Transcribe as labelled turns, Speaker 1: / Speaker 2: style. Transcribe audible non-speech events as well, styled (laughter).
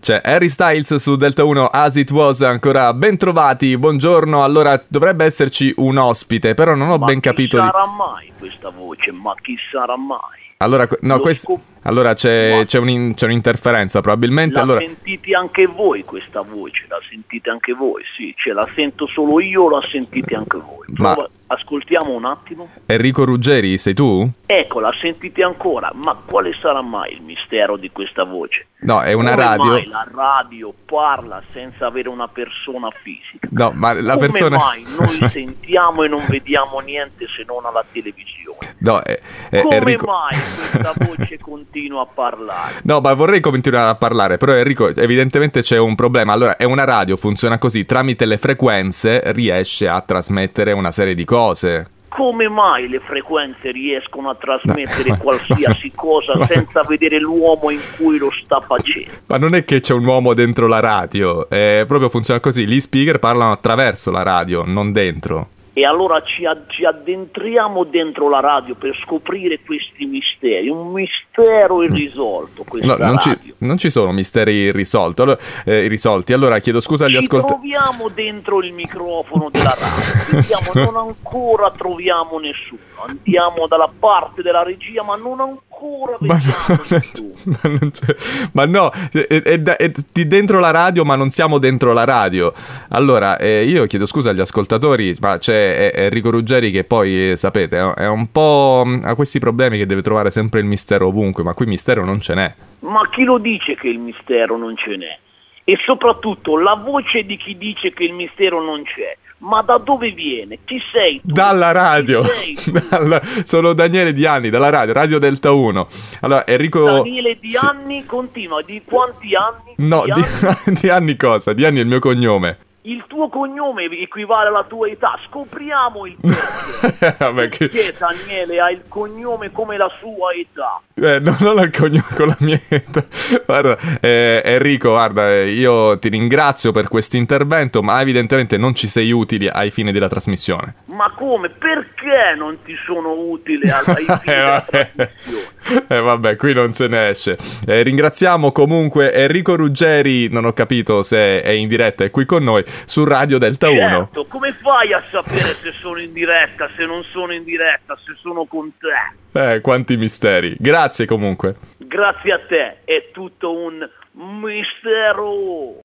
Speaker 1: C'è Harry Styles su Delta 1 As It Was ancora ben trovati, buongiorno, allora dovrebbe esserci un ospite, però non ho
Speaker 2: ma
Speaker 1: ben capito...
Speaker 2: chi
Speaker 1: di-
Speaker 2: sarà mai questa voce? Ma chi sarà mai?
Speaker 1: Allora, que- no,
Speaker 2: Lo
Speaker 1: questo-
Speaker 2: scop-
Speaker 1: allora c'è,
Speaker 2: Ma-
Speaker 1: c'è un'in- c'è un'interferenza probabilmente,
Speaker 2: La
Speaker 1: allora...
Speaker 2: sentite anche voi questa voce? La sentite anche voi? Sì, cioè la sento solo io o la sentite anche voi?
Speaker 1: Ma-
Speaker 2: Prova- ascoltiamo un attimo.
Speaker 1: Enrico Ruggeri, sei tu?
Speaker 2: Ecco, la sentite ancora, ma quale sarà mai il mistero di questa voce?
Speaker 1: No, è una
Speaker 2: Come
Speaker 1: radio.
Speaker 2: mai la radio parla senza avere una persona fisica?
Speaker 1: No, ma la
Speaker 2: Come
Speaker 1: persona...
Speaker 2: mai
Speaker 1: (laughs)
Speaker 2: noi sentiamo e non vediamo niente se non alla televisione?
Speaker 1: No, è, è-
Speaker 2: Come
Speaker 1: Eh, Enrico-
Speaker 2: mai questa voce continua a parlare?
Speaker 1: (laughs) No, ma vorrei continuare a parlare, però Enrico, evidentemente c'è un problema. Allora, è una radio, funziona così, tramite le frequenze riesce a trasmettere una serie di cose.
Speaker 2: Come mai le frequenze riescono a
Speaker 1: (laughs)
Speaker 2: trasmettere
Speaker 1: Ma-
Speaker 2: qualsiasi cosa
Speaker 1: ma-
Speaker 2: senza vedere l'uomo in cui lo sta facendo?
Speaker 1: Ma non è che c'è un uomo dentro la radio, è proprio funziona così, gli speaker parlano attraverso la radio, non dentro.
Speaker 2: E allora ci, a- ci addentriamo dentro la radio per scoprire questi misteri, un mistero irrisolto
Speaker 1: Mm. No,
Speaker 2: questa
Speaker 1: non,
Speaker 2: radio.
Speaker 1: ci, non ci sono misteri risolti. Allora, eh, irrisolti. Allora chiedo scusa agli
Speaker 2: Ci
Speaker 1: ascoltatori.
Speaker 2: troviamo dentro il microfono della radio, vediamo, non ancora troviamo nessuno, andiamo dalla parte della regia ma non ancora
Speaker 1: (laughs) Ma,
Speaker 2: vediamo nessuno.
Speaker 1: no, (laughs) ma non c'è- ma no, è, è da- è di dentro la radio, ma non siamo dentro la radio. Allora, eh, io chiedo scusa agli ascoltatori, ma c'è eh, Enrico Ruggeri che poi, eh, sapete, è è un po' mh, ha questi problemi che deve trovare sempre il mistero ovunque, ma qui mistero non ce n'è.
Speaker 2: Ma chi lo dice che il mistero non ce n'è? E soprattutto la voce di chi dice che il mistero non c'è, ma da dove viene? Chi sei tu?
Speaker 1: Dalla radio,
Speaker 2: Chi sei
Speaker 1: (laughs)
Speaker 2: tu?
Speaker 1: Dalla- sono Daniele Diani, dalla radio, Radio Delta 1. Allora, Enrico...
Speaker 2: Daniele di
Speaker 1: Sì.
Speaker 2: anni continua, di quanti anni?
Speaker 1: No,
Speaker 2: Di
Speaker 1: di, (laughs)
Speaker 2: anni?
Speaker 1: di anni cosa? Di anni è il mio cognome. (laughs)
Speaker 2: Il tuo cognome equivale alla tua età, scopriamo il
Speaker 1: (laughs)
Speaker 2: perché.
Speaker 1: Vabbè, che-
Speaker 2: Perché Daniele ha il cognome come la sua età?
Speaker 1: eh, no, non ho il cognome con la mia età. Guarda, eh, Enrico, guarda, eh, io ti ringrazio per questo intervento, ma evidentemente non ci sei utili ai fini della trasmissione.
Speaker 2: Ma come? Perché non ti sono utile alla ai fini
Speaker 1: (laughs) Eh,
Speaker 2: della
Speaker 1: vabbè.
Speaker 2: trasmissione?
Speaker 1: Eh, vabbè, qui non se ne esce. Eh, ringraziamo comunque Enrico Ruggeri, non ho capito se è in diretta, è qui con noi, su Radio Delta 1.
Speaker 2: Certo, come fai a sapere se sono in diretta, se non sono in diretta, se sono con te?
Speaker 1: Eh, quanti misteri. Grazie comunque.
Speaker 2: Grazie a te è tutto un mistero.